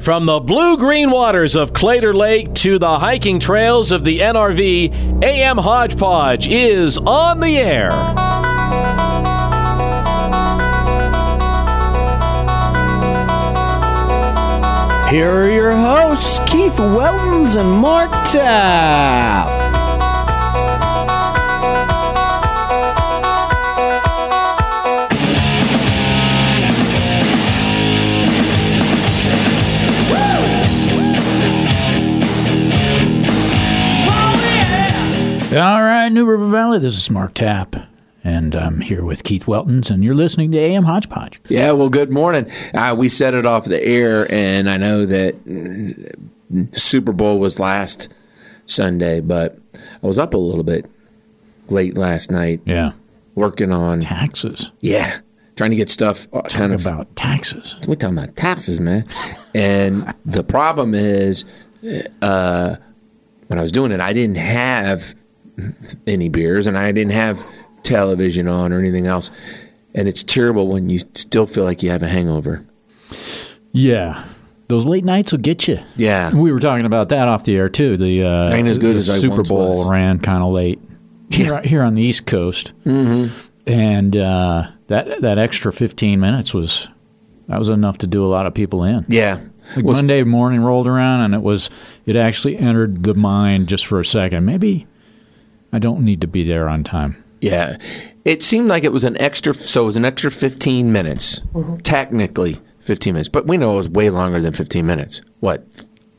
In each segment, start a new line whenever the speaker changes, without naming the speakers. From the blue green waters of Clater Lake to the hiking trails of the NRV, AM Hodgepodge is on the air.
Here are your hosts, Keith Weltons and Mark Tapp.
All right, New River Valley, this is Mark Tapp, and I'm here with Keith Weltons, and you're listening to AM Hodgepodge.
Yeah, well, good morning. Uh, we set it off the air, and I know that mm, Super Bowl was last Sunday, but I was up a little bit late last night
Yeah.
working on,
Taxes.
yeah, trying to get stuff uh, kind of.
About taxes.
We're talking about taxes, man. And the problem is, uh, when I was doing it, I didn't have any beers and I didn't have television on or anything else. And it's terrible when you still feel like you have a hangover.
Yeah. Those late nights will get you.
Yeah.
We were talking about that off the air, too. The uh,
Ain't as good
the
as I
Super
once
Bowl
was.
ran kind of late here, here on the East Coast. Mm-hmm. And uh, that, that extra 15 minutes was. That was enough to do a lot of people in.
Yeah.
Like
Well,
Monday morning rolled around and it was it actually entered the mind just for a second. Maybe I don't need to be there on time.
Yeah. It seemed like it was an extra, so it was an extra 15 minutes, technically 15 minutes, but we know it was way longer than 15 minutes. What?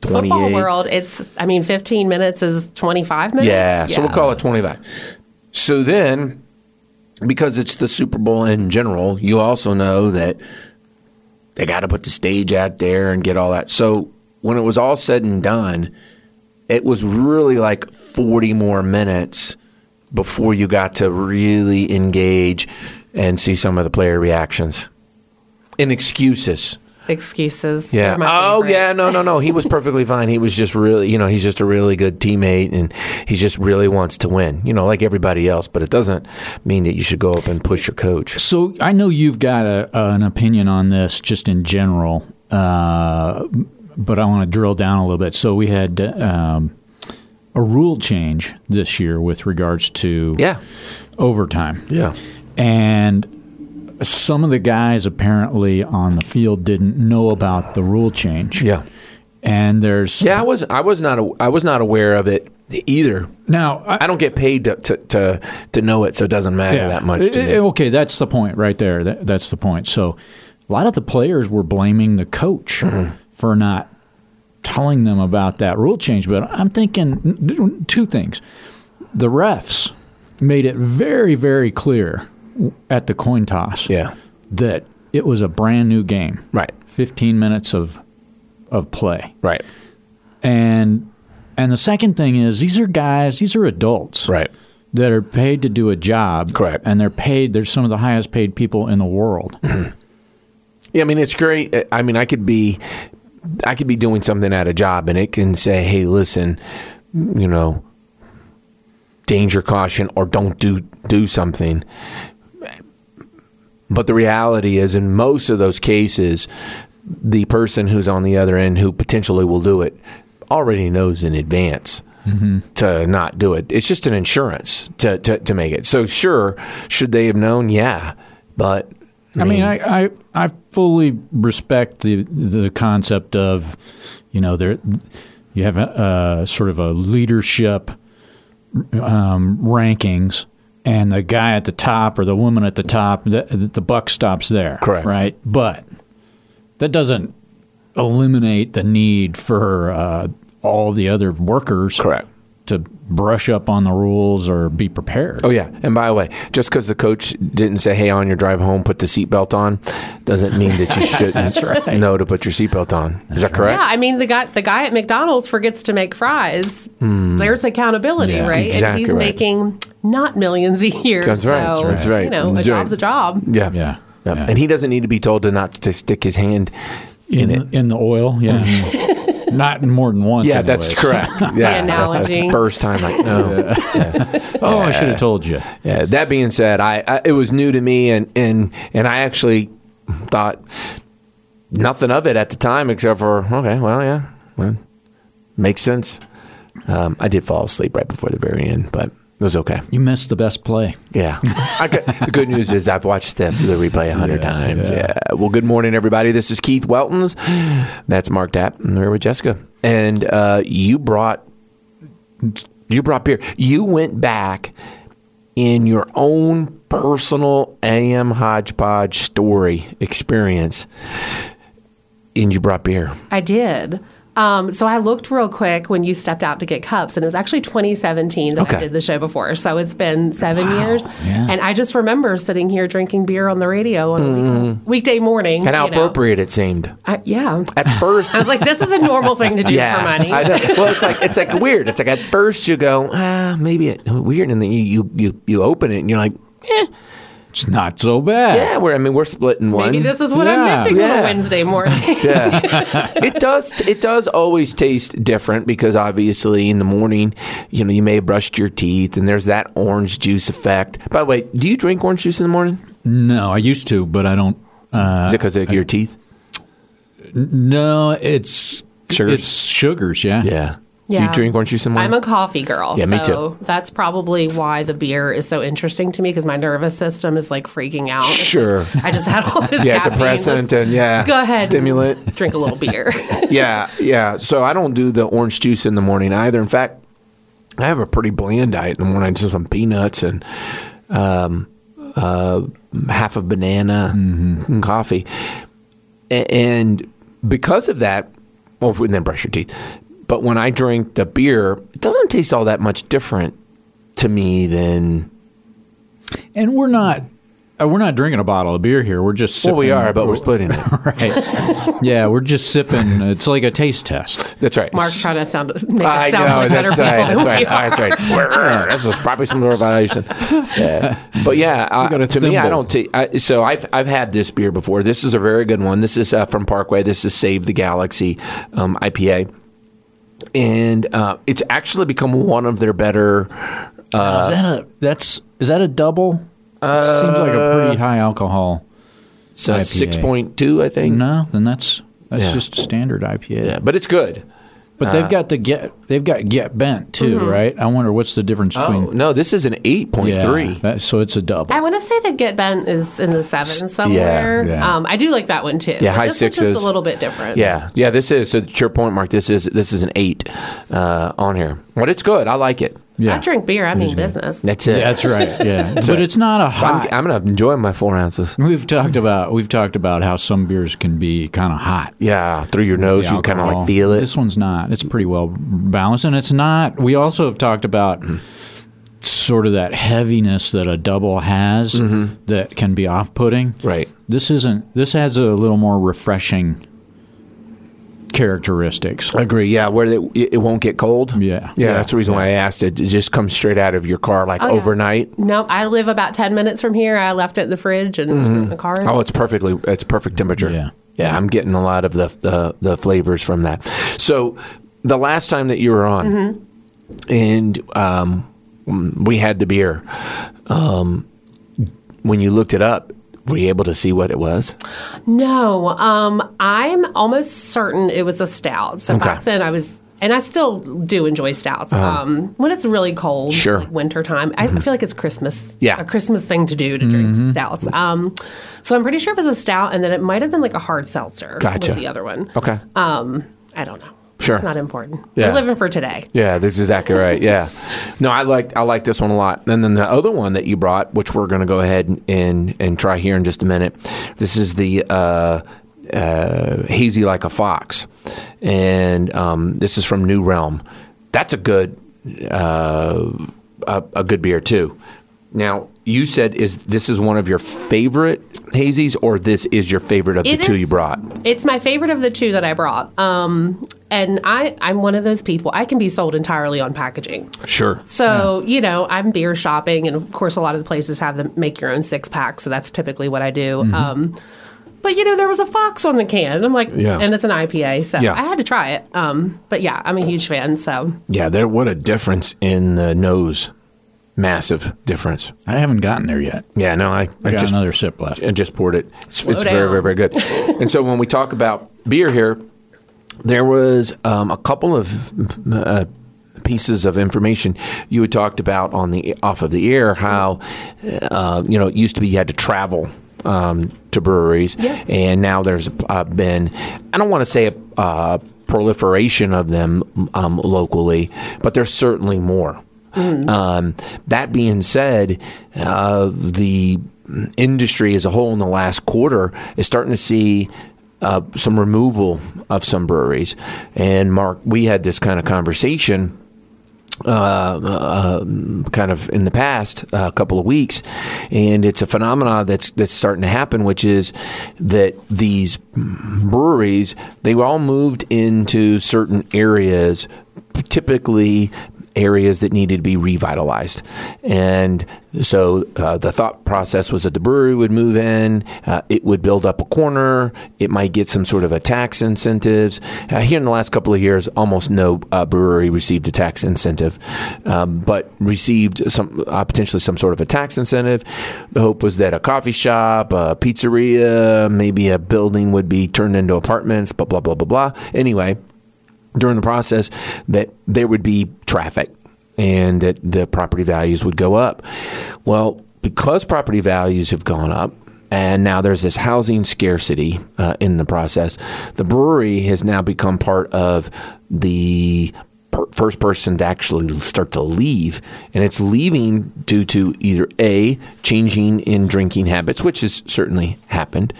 28?
football world, it's I mean, 15 minutes is 25 minutes.
Yeah, so we'll call it 25. So then, because it's the Super Bowl in general, you also know that they got to put the stage out there and get all that. So when it was all said and done, it was really like 40 more minutes before you got to really engage and see some of the player reactions and excuses.
excuses.
Yeah.
They're my
Oh,
favorite.
yeah. No, no, no. He was perfectly fine. He was just really, you know, he's just a really good teammate, and he just really wants to win. You know, like everybody else. But it doesn't mean that you should go up and push your coach.
So I know you've got a, an opinion on this just in general, uh, but I want to drill down a little bit. So we had um, a rule change this year with regards to
Yeah.
overtime.
Yeah.
and some of the guys apparently on the field didn't know about the rule change.
Yeah.
And there's
Yeah. I was. I was not. A, I was not aware of it either.
now I,
I don't get paid to to to, to know it, so it doesn't matter that much.
Eh,
To
eh,
me.
Okay, that's the point right there. That, that's the point. So a lot of the players were blaming the coach
Mm-hmm.
for not telling them about that rule change. But I'm thinking two things. The refs made it very, very clear at the coin toss
Yeah.
that it was a brand new game.
Right.
15 minutes of of play.
Right.
And and the second thing is these are guys, these are adults
Right.
that are paid to do a job.
Correct.
And they're paid, they're some of the highest paid people in the world.
Yeah, I mean it's great. I- I mean I could be I could be doing something at a job and it can say, "Hey, listen, you know, danger caution or don't do do something." But the reality is in most of those cases, the person who's on the other end who potentially will do it already knows in advance
Mm-hmm.
to not do it. It's just an insurance to, to, to make it. So sure, should they have known? Yeah. But
I mean, I, I, I fully respect the the concept of, you know, there you have a, a sort of a leadership um, rankings, and the guy at the top or the woman at the top, the, the buck stops there.
Correct.
Right, but that doesn't eliminate the need for uh, all the other workers.
Correct.
To brush up on the rules or be prepared.
Oh yeah, and by the way, just because the coach didn't say, "Hey, on your drive home, put the seatbelt on," doesn't mean that you shouldn't know to put your seatbelt on. Is that correct?
Yeah, I mean the guy the guy at McDonald's forgets to make fries. There's accountability,
Yeah.
right? and
Hmm. Exactly
he's
right.
making not millions a year.
That's
so,
right, that's right.
You know, a
That's
job's
right.
a job.
Yeah.
Yeah.
Yep.
Yeah.
And he doesn't need to be told to not to stick his hand in,
in, Mm-hmm.
it.
the- in the oil. Yeah, not more than once.
yeah, that's
anyways.
correct. Yeah, that's
analogy.
the first time I know.
Oh, I should have told you.
Yeah, Uh, that being said, I, I it was new to me, and and and I actually thought nothing of it at the time except for okay, well, yeah, well, makes sense. Um, I did fall asleep right before the very end, but it was okay.
You missed the best play.
Yeah. I got- the good news is I've watched the, the replay a hundred
Yeah,
times.
yeah.
Yeah. Well, good morning, everybody. This is Keith Weltons. That's Mark Dapp, and we're with Jessica. And uh, you brought you brought beer. You went back in your own personal AM hodgepodge story experience, and you brought beer.
I did. Um, so I looked real quick when you stepped out to get cups, and it was actually 2017 that
Okay.
I did the show before. So it's been seven years,
yeah.
and I just remember sitting here drinking beer on the radio on a week-
Mm-hmm.
weekday morning.
And how
you know.
appropriate it seemed
I, yeah,
at first.
I was like, this is a normal thing to do for money.
I know. Well, it's like it's like weird. It's like at first you go, ah, maybe it weird, and then you you you, you open it and you're like,
It's not so bad.
yeah, we're I mean we're splitting one.
Maybe this is what
Yeah.
I'm missing on
Yeah.
a Wednesday morning.
yeah. it does it does always taste different because obviously in the morning, you know, you may have brushed your teeth and there's that orange juice effect. By the way, do you drink orange juice in the morning?
No, I used to, but I don't.
is it because of your teeth?
No, it's
Sugars?
It's sugars. Yeah.
Yeah. Do
Yeah.
you drink orange juice in the morning?
I'm a coffee girl.
Yeah, me
so that's probably why the beer is so interesting to me because my nervous system is like freaking out. It's like,
Sure.
I just had all this
yeah, it's a
caffeine.
depressant
Let's
and yeah,
Go ahead. and
stimulant.
Drink a little beer.
yeah, yeah. So I don't do the orange juice in the morning either. In fact, I have a pretty bland diet in the morning. Just some peanuts and um, uh, half a banana and coffee. A- And because of that, well, and then brush your teeth. But when I drink the beer, it doesn't taste all that much different to me than
And we're not. uh, We're not drinking a bottle of beer here. We're just sipping.
well we are, but we're splitting it.
right. yeah, we're just sipping. It's like a taste test.
That's right.
Mark's trying to sound make
I
us sound
know
like better
that's
people.
right. That's
than we
right. Ah,
are.
That's right. Brr, this was probably some sort of violation. Yeah. But yeah, I,
got a
to me, I
thimble.
don't. ta- I- so I've I've had this beer before. This is a very good one. This is uh, from Parkway. This is Save the Galaxy um, IPA, and uh, it's actually become one of their better. uh,
is that a that's is that a double? it seems like a pretty high alcohol.
So
IPA.
six point two, I think.
No, then that's that's
Yeah.
just a standard IPA.
Yeah, but it's good.
But
Uh,
they've got the get they've got get bent too, right? I wonder what's the difference
Mm-hmm. Oh
between
no, this is an eight point
yeah,
three.
that- so it's a double.
I want to say that Get Bent is in the sevens somewhere.
yeah.
Um, I do like that one too.
Yeah, high
This one's
sixes.
Just a little bit different.
Yeah, yeah. This is so. To your point, Mark, this is this is an eight uh, on here, but it's good. I like it.
yeah.
I drink beer. I mean business.
That's it.
Yeah, that's right. Yeah, but it's not a
I'm,
hot.
I'm gonna enjoy my four ounces.
we've talked about we've talked about how some beers can be kind of hot.
Yeah, through your nose,
the
you kind of
alcohol.
like feel it.
This one's not. It's pretty well balanced, and it's not. We also have talked about
Mm-hmm.
sort of that heaviness that a double has that can be off-putting.
Mm-hmm. Right.
This isn't. This has a little more refreshing characteristics.
I agree. Yeah, where they, it it won't get cold.
Yeah.
yeah.
Yeah.
That's the reason why I asked it. It just comes straight out of your car, like
yeah.
overnight.
No, I live about ten minutes from here. I left it in the fridge and in the car.
Oh, it's perfectly. It's perfect temperature.
Yeah.
yeah. I'm getting a lot of the the, the flavors from that. So, the last time that you were on, and um, we had the beer. Um, when you looked it up, were you able to see what it was?
No, um, I'm almost certain it was a stout. So
Okay. Uh-huh.
back then I was, and I still do enjoy stouts. Um, when it's really cold,
Sure. Mm-hmm.
like winter time, I feel like it's Christmas.
Yeah. Mm-hmm.
a Christmas thing to do to drink stouts. Um, so I'm pretty sure it was a stout, and then it might have been like a hard seltzer.
Gotcha.
Was the other one.
Okay.
I don't know.
Sure.
It's not important.
Yeah.
We're living for today.
Yeah, this is exactly right. Yeah, no, I like I like this one a lot. And then the other one that you brought, which we're going to go ahead and, and and try here in just a minute. This is the uh, uh, hazy like a fox, and um, this is from New Realm. That's a good uh, a, a good beer too. Now you said is this is one of your favorite hazies, or this is your favorite of the
It
two
is-
you brought?
It's my favorite of the two that I brought. Um, and I, I'm one of those people. I can be sold entirely on packaging.
Sure.
So, you know, I'm beer shopping, and of course, a lot of the places have them make your own six pack. So that's typically what I do.
Mm-hmm.
Um, but, you know, there was a fox on the can. and I'm like,
Yeah.
and it's an IPA. So
Yeah.
I had to try it. Um, but yeah, I'm a huge fan. So
Yeah, there. What a difference in the nose. Massive difference.
I haven't gotten there yet.
Yeah, no, I,
I
I
got
just
another sip left.
and just poured it. It's, it's
down.
very, very, very good. and so when we talk about beer here, there was um, a couple of uh, pieces of information you had talked about on the off of the air. How uh, you know it used to be you had to travel um, to breweries, and now there's uh, been I don't want to say a. Uh, proliferation of them um, locally but there's certainly more um, that being said, uh, the industry as a whole in the last quarter is starting to see. Uh, some removal of some breweries, and Mark, we had this kind of conversation uh, kind of in the past a couple of weeks, and it's a phenomenon that's that's starting to happen, which is that these breweries they were all moved into certain areas, typically areas that needed to be revitalized, and so uh, the thought process was that the brewery would move in, uh, it would build up a corner, it might get some sort of a tax incentives. Uh, here in the last couple of years, almost no uh, brewery received a tax incentive, um, but received some uh, potentially some sort of a tax incentive. The hope was that a coffee shop, a pizzeria, maybe a building would be turned into apartments. Blah blah blah blah blah. Anyway, during the process that there would be traffic and that the property values would go up. Well, because property values have gone up, and now there's this housing scarcity uh, in the process. The brewery has now become part of the per- first person to actually start to leave, and it's leaving due to either a changing in drinking habits, which has certainly happened.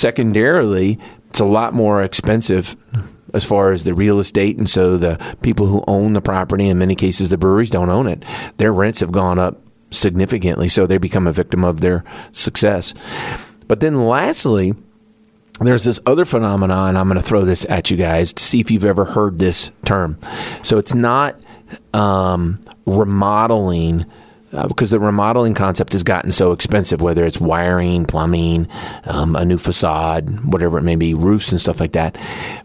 Secondarily, it's a lot more expensive as far as the real estate, and so the people who own the property, in many cases, the breweries don't own it. Their rents have gone up significantly, so they become a victim of their success. But then, lastly, there's this other phenomenon. I'm going to throw this at you guys to see if you've ever heard this term. So it's not um, remodeling. Uh, because the remodeling concept has gotten so expensive, whether it's wiring, plumbing, um, a new facade, whatever it may be, roofs and stuff like that.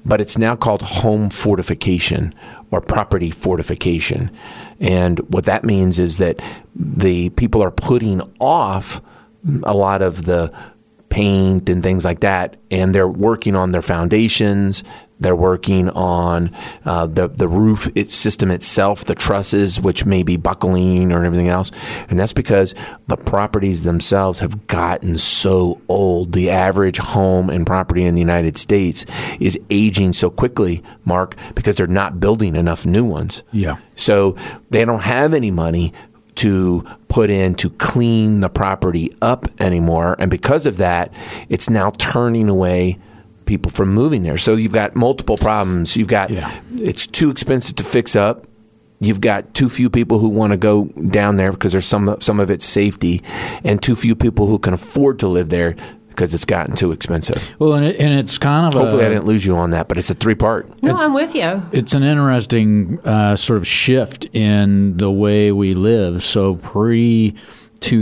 But it's now called home fortification or property fortification. And what that means is that the people are putting off a lot of the paint and things like that, and they're working on their foundations. They're working on uh, the the roof it, system itself, the trusses, which may be buckling or everything else, and that's because the properties themselves have gotten so old. The average home and property in the United States is aging so quickly, Mark, because they're not building enough new ones.
Yeah.
So they don't have any money to put in to clean the property up anymore. And because of that, it's now turning away people from moving there. So you've got multiple problems. You've got
Yeah.
it's too expensive to fix up. You've got too few people who want to go down there because there's some some of it's safety, and too few people who can afford to live there because it's gotten too expensive.
Well, and, it, and it's kind of
Hopefully,
a,
I didn't lose you on that, but it's a three part.
No, I'm with you.
it's an interesting uh, sort of shift in the way we live. So pre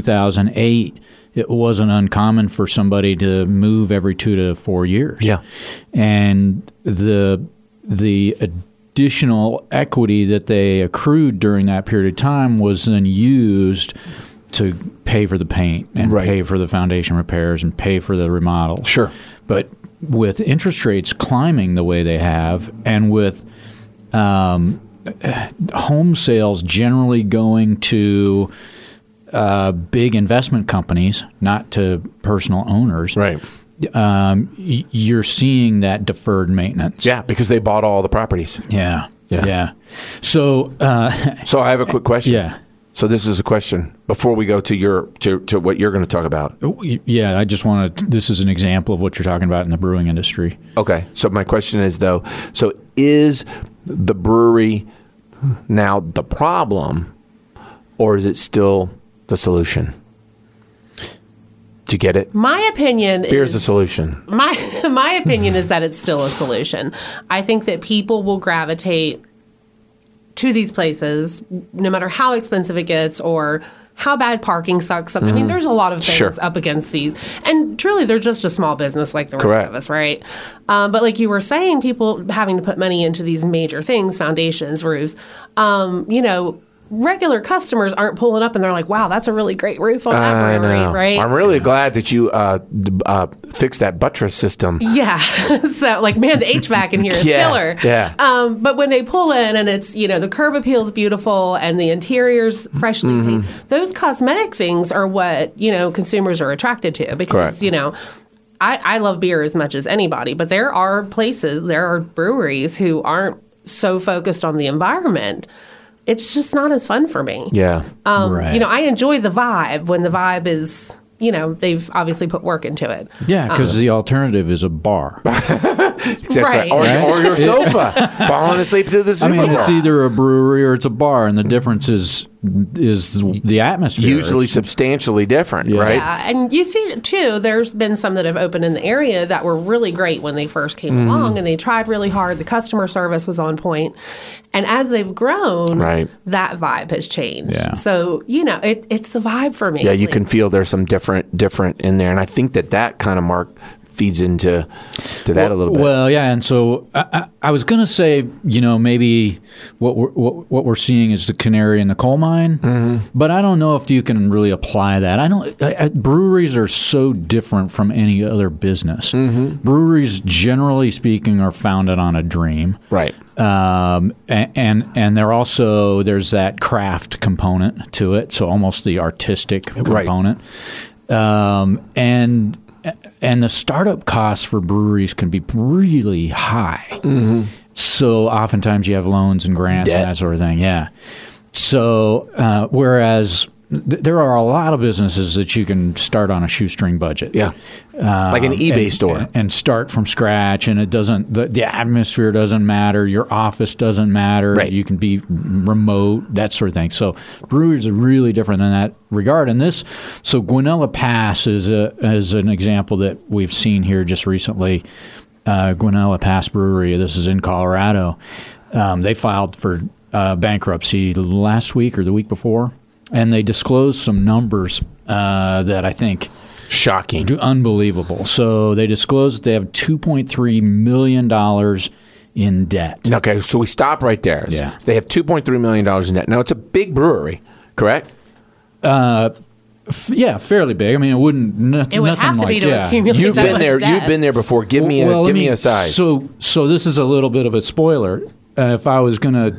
2008, it wasn't uncommon for somebody to move every two to four years.
Yeah.
and the the additional equity that they accrued during that period of time was then used to pay for the paint and
Right.
pay for the foundation repairs and pay for the remodel.
Sure.
But with interest rates climbing the way they have, and with um, home sales generally going to uh, big investment companies, not to personal owners, Um, y- you're seeing that deferred maintenance.
Yeah, because they bought all the properties.
Yeah.
Yeah.
Yeah. So, uh,
So I have a quick question.
yeah.
So this is a question before we go to your to, to what you're going to talk about.
Oh, y- Yeah. I just want to, this is an example of what you're talking about in the brewing industry.
Okay. So my question is though, so is the brewery now the problem or is it still the solution? Do you get it?
My opinion
Beer's
is
the solution.
my my opinion is that it's still a solution. I think that people will gravitate to these places no matter how expensive it gets or how bad parking sucks. I mean, there's a lot of things
Mm-hmm. Sure.
up against these, and truly, they're just a small business like the rest
Correct.
of us, right? Um, but like you were saying, people having to put money into these major things, foundations, roofs, um, you know. regular customers aren't pulling up and they're like, wow, that's a really great roof on that
I know.
brewery, right?
I'm really glad that you uh, d- uh, fixed that buttress system.
Yeah. so like, man, the HVAC in here is
Yeah,
killer.
yeah.
Um, but when they pull in and it's, you know, the curb appeal's beautiful and the interior's freshly
Mm-hmm.
clean, those cosmetic things are what, you know, consumers are attracted to because,
Correct.
you know, I, I love beer as much as anybody, but there are places, there are breweries who aren't so focused on the environment. It's just not as fun for me.
Yeah.
Um,
Right.
You know, I enjoy the vibe when the vibe is, you know, they've obviously put work into it.
Yeah, because the alternative is a bar.
That's right.
right.
Or,
Right?
or your sofa. Falling asleep to the
I
Super
mean, it's
Bowl.
either a brewery or it's a bar, and the difference is is the atmosphere.
Usually
It's-
substantially different,
Yeah.
right?
Yeah, and you see too. There's been some that have opened in the area that were really great when they first came
Mm.
along, and they tried really hard. The customer service was on point, and as they've grown,
Right.
that vibe has changed.
Yeah.
So you know, it, it's the vibe for me.
Yeah, you
Like,
can feel there's some different different in there, and I think that that kind of mark feeds into to that a little bit.
Well, yeah, and so I, I, I was going to say, you know, maybe what we're what, what we're seeing is the canary in the coal mine,
Mm-hmm.
but I don't know if you can really apply that. I don't. I, I, breweries are so different from any other business.
Mm-hmm.
Breweries, generally speaking, are founded on a dream,
right.
um, and, and and they're also there's that craft component to it, so almost the artistic
Right.
component, um, and and the startup costs for breweries can be really high.
Mm-hmm.
So oftentimes you have loans and grants
Debt.
and that sort of thing. Yeah. So uh, whereas th- there are a lot of businesses that you can start on a shoestring budget
Yeah. like an eBay
uh, Um, and,
store.
and start from scratch and it doesn't the, the atmosphere doesn't matter your office doesn't matter
Right.
you can be remote that sort of thing so breweries are really different in that regard and this so Guanella Pass is a is an example that we've seen here just recently uh, Guanella Pass Brewery this is in Colorado um, they filed for uh, bankruptcy last week or the week before and they disclosed some numbers uh, that I think
Shocking.
do- unbelievable. So they disclosed they have two point three million dollars in debt.
Okay, so we stop right there. So
Yeah.
they have two point three million dollars in debt. Now it's a big brewery, correct?
F- Yeah, fairly big. I mean, it wouldn't. No,
It would
nothing
have to
like,
be to
yeah.
accumulate.
You've
that
been
much
there. You've
debt.
been there before. Give me a
Well, let
give me,
me-
a size.
So, so this is a little bit of a spoiler. Uh, if I was gonna,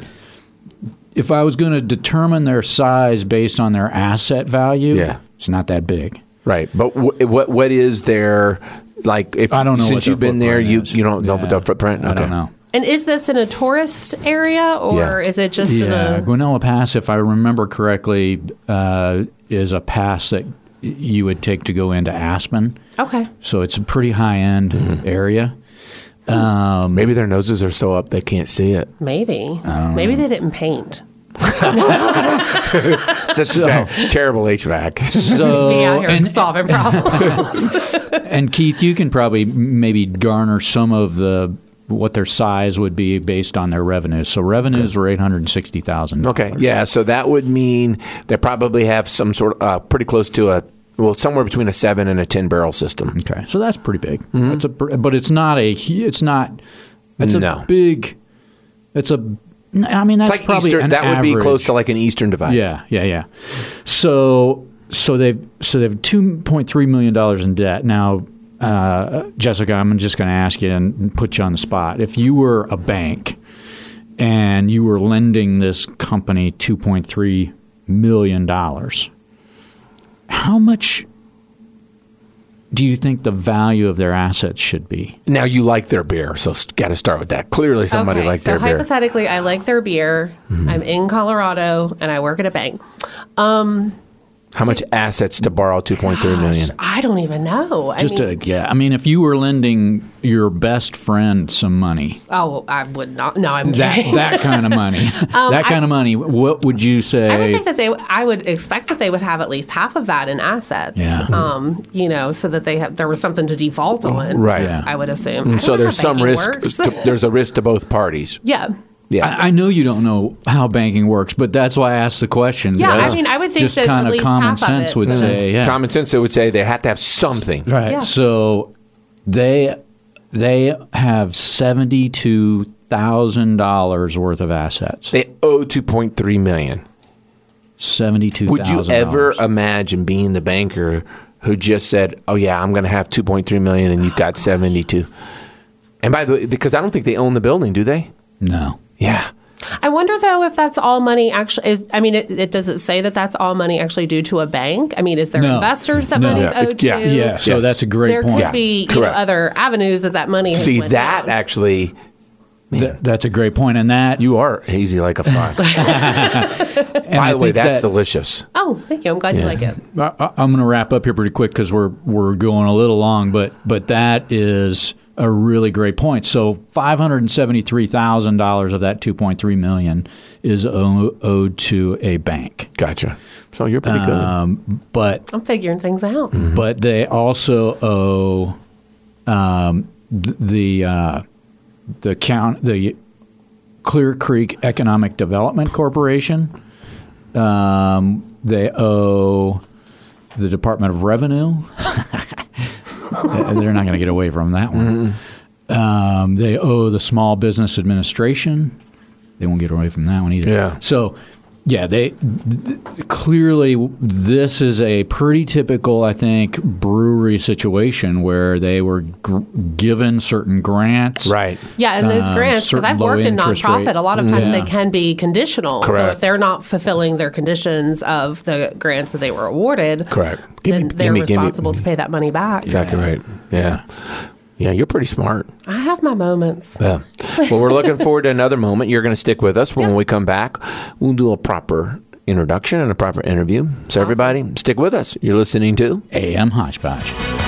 if I was gonna determine their size based on their asset value,
Yeah.
it's not that big.
right, but wh- what what is there? Like if
I don't know. what
since
their
you've been there,
footprint
you
is.
you don't know
Yeah.
the footprint.
I
Okay.
don't know.
And is this in a tourist area or
Yeah.
is it just
Yeah,
in a?
Guanella Pass, if I remember correctly, uh, is a pass that y- you would take to go into Aspen.
Okay.
So it's a pretty high end
Mm-hmm.
area.
Maybe their noses are so up they can't see it.
Maybe. Maybe they didn't paint.
That's terrible HVAC.
So
Be out here
and,
solving problems.
and Keith, you can probably m- maybe garner some of the what their size would be based on their revenues. So revenues were eight hundred sixty thousand.
Okay. Yeah. So that would mean they probably have some sort of uh, pretty close to a well, somewhere between a seven and a ten barrel system.
Okay, so that's pretty big.
Mm-hmm.
That's a, pr- but it's not a. hu- It's not. It's
No.
a big. It's a. n- I mean, that's
It's like
probably
Eastern.
an
That would be
average.
close to like an Eastern divide.
Yeah, yeah, yeah. So so they've so they've two point three million dollars in debt now. Uh, Jessica, I'm just going to ask you and put you on the spot. If you were a bank and you were lending this company two point three million dollars, how much do you think the value of their assets should be?
Now you like their beer, so got to start with that. Clearly, somebody
okay,
liked
so
their beer. Mm-hmm.
hypothetically, I like their beer. I'm in Colorado and I work at a bank.
How much assets to borrow two point three million?
I don't even know. I
Just
mean,
a yeah. I mean, if you were lending your best friend some money,
oh, I would not. No, I'm
that
kidding.
that kind of money that kind of money what would you say
Um, I would think that they. I would expect that they would have at least half of that in assets.
Yeah.
Um, you know, so that they have there was something to default on.
Mm, Right.
Yeah.
Mm,
I would assume. I don't
So
know
there's
how
some
banking
risk.
works.
to- there's a risk to both parties.
yeah.
Yeah.
I, I know you don't know how banking works but that's why i asked the question
Yeah,
because
I mean, I would think
just
that at
kind of
least
common
half of
sense
it,
would
so-
say yeah
Common sense, they would say they have to have something.
right
Yeah.
so they they have $72000 worth of assets
They owe two point three million.
Seventy-two.
Would you ever imagine being the banker who just said, "Oh yeah, I'm going to have 2.3 million, and you've got
Oh,
72"? And by the way, because I don't think they own the building, do they?
No.
Yeah.
I wonder though if that's all money actually is. I mean, it, it does it say that that's all money actually due to a bank? I mean, is there
No.
investors that
No.
money's
Yeah, it-
owed
yeah,
to?
Yeah. So
Yes.
that's a great
there
point.
could be you know,
correct.
other avenues that that money. Has
See
went
that
down.
actually,
Th- that's a great point, and that
you are hazy like a fox.
and
By
I
the way,
think
that's
that-
delicious.
Oh, thank you. I'm glad you like it.
I, I- I'm going to wrap up here pretty quick because we're we're going a little long, but but that is a really great point. So five hundred and seventy three thousand dollars of that two point three million is o- owed to a bank,
Gotcha. So you're pretty good.
Um, but
I'm figuring things out.
but they also owe um, th- the uh, the count the Clear Creek Economic Development Corporation. Um, they owe the Department of Revenue. They're not going to get away from that one. Um, they owe the Small Business Administration. They won't get away from that one either.
Yeah.
So, yeah, they clearly this is a pretty typical i think brewery situation where they were gr- given certain grants
right.
Yeah, and those
Uh,
grants, because
certain
I've worked
low
in
interest
nonprofit,
rate.
a lot of times
Yeah.
they can be conditional. So
Correct.
if they're not fulfilling their conditions of the grants that they were awarded,
Correct. Give
then
me-
they're
give me- give me-
responsible to pay that money back.
Exactly right. Yeah. Yeah, you're pretty smart.
I have my moments.
Yeah. Well, we're looking forward to another moment. You're going to stick with us. When we come back, we'll do a proper introduction and a proper interview. So, everybody, stick with us. You're listening to
am hodgepodge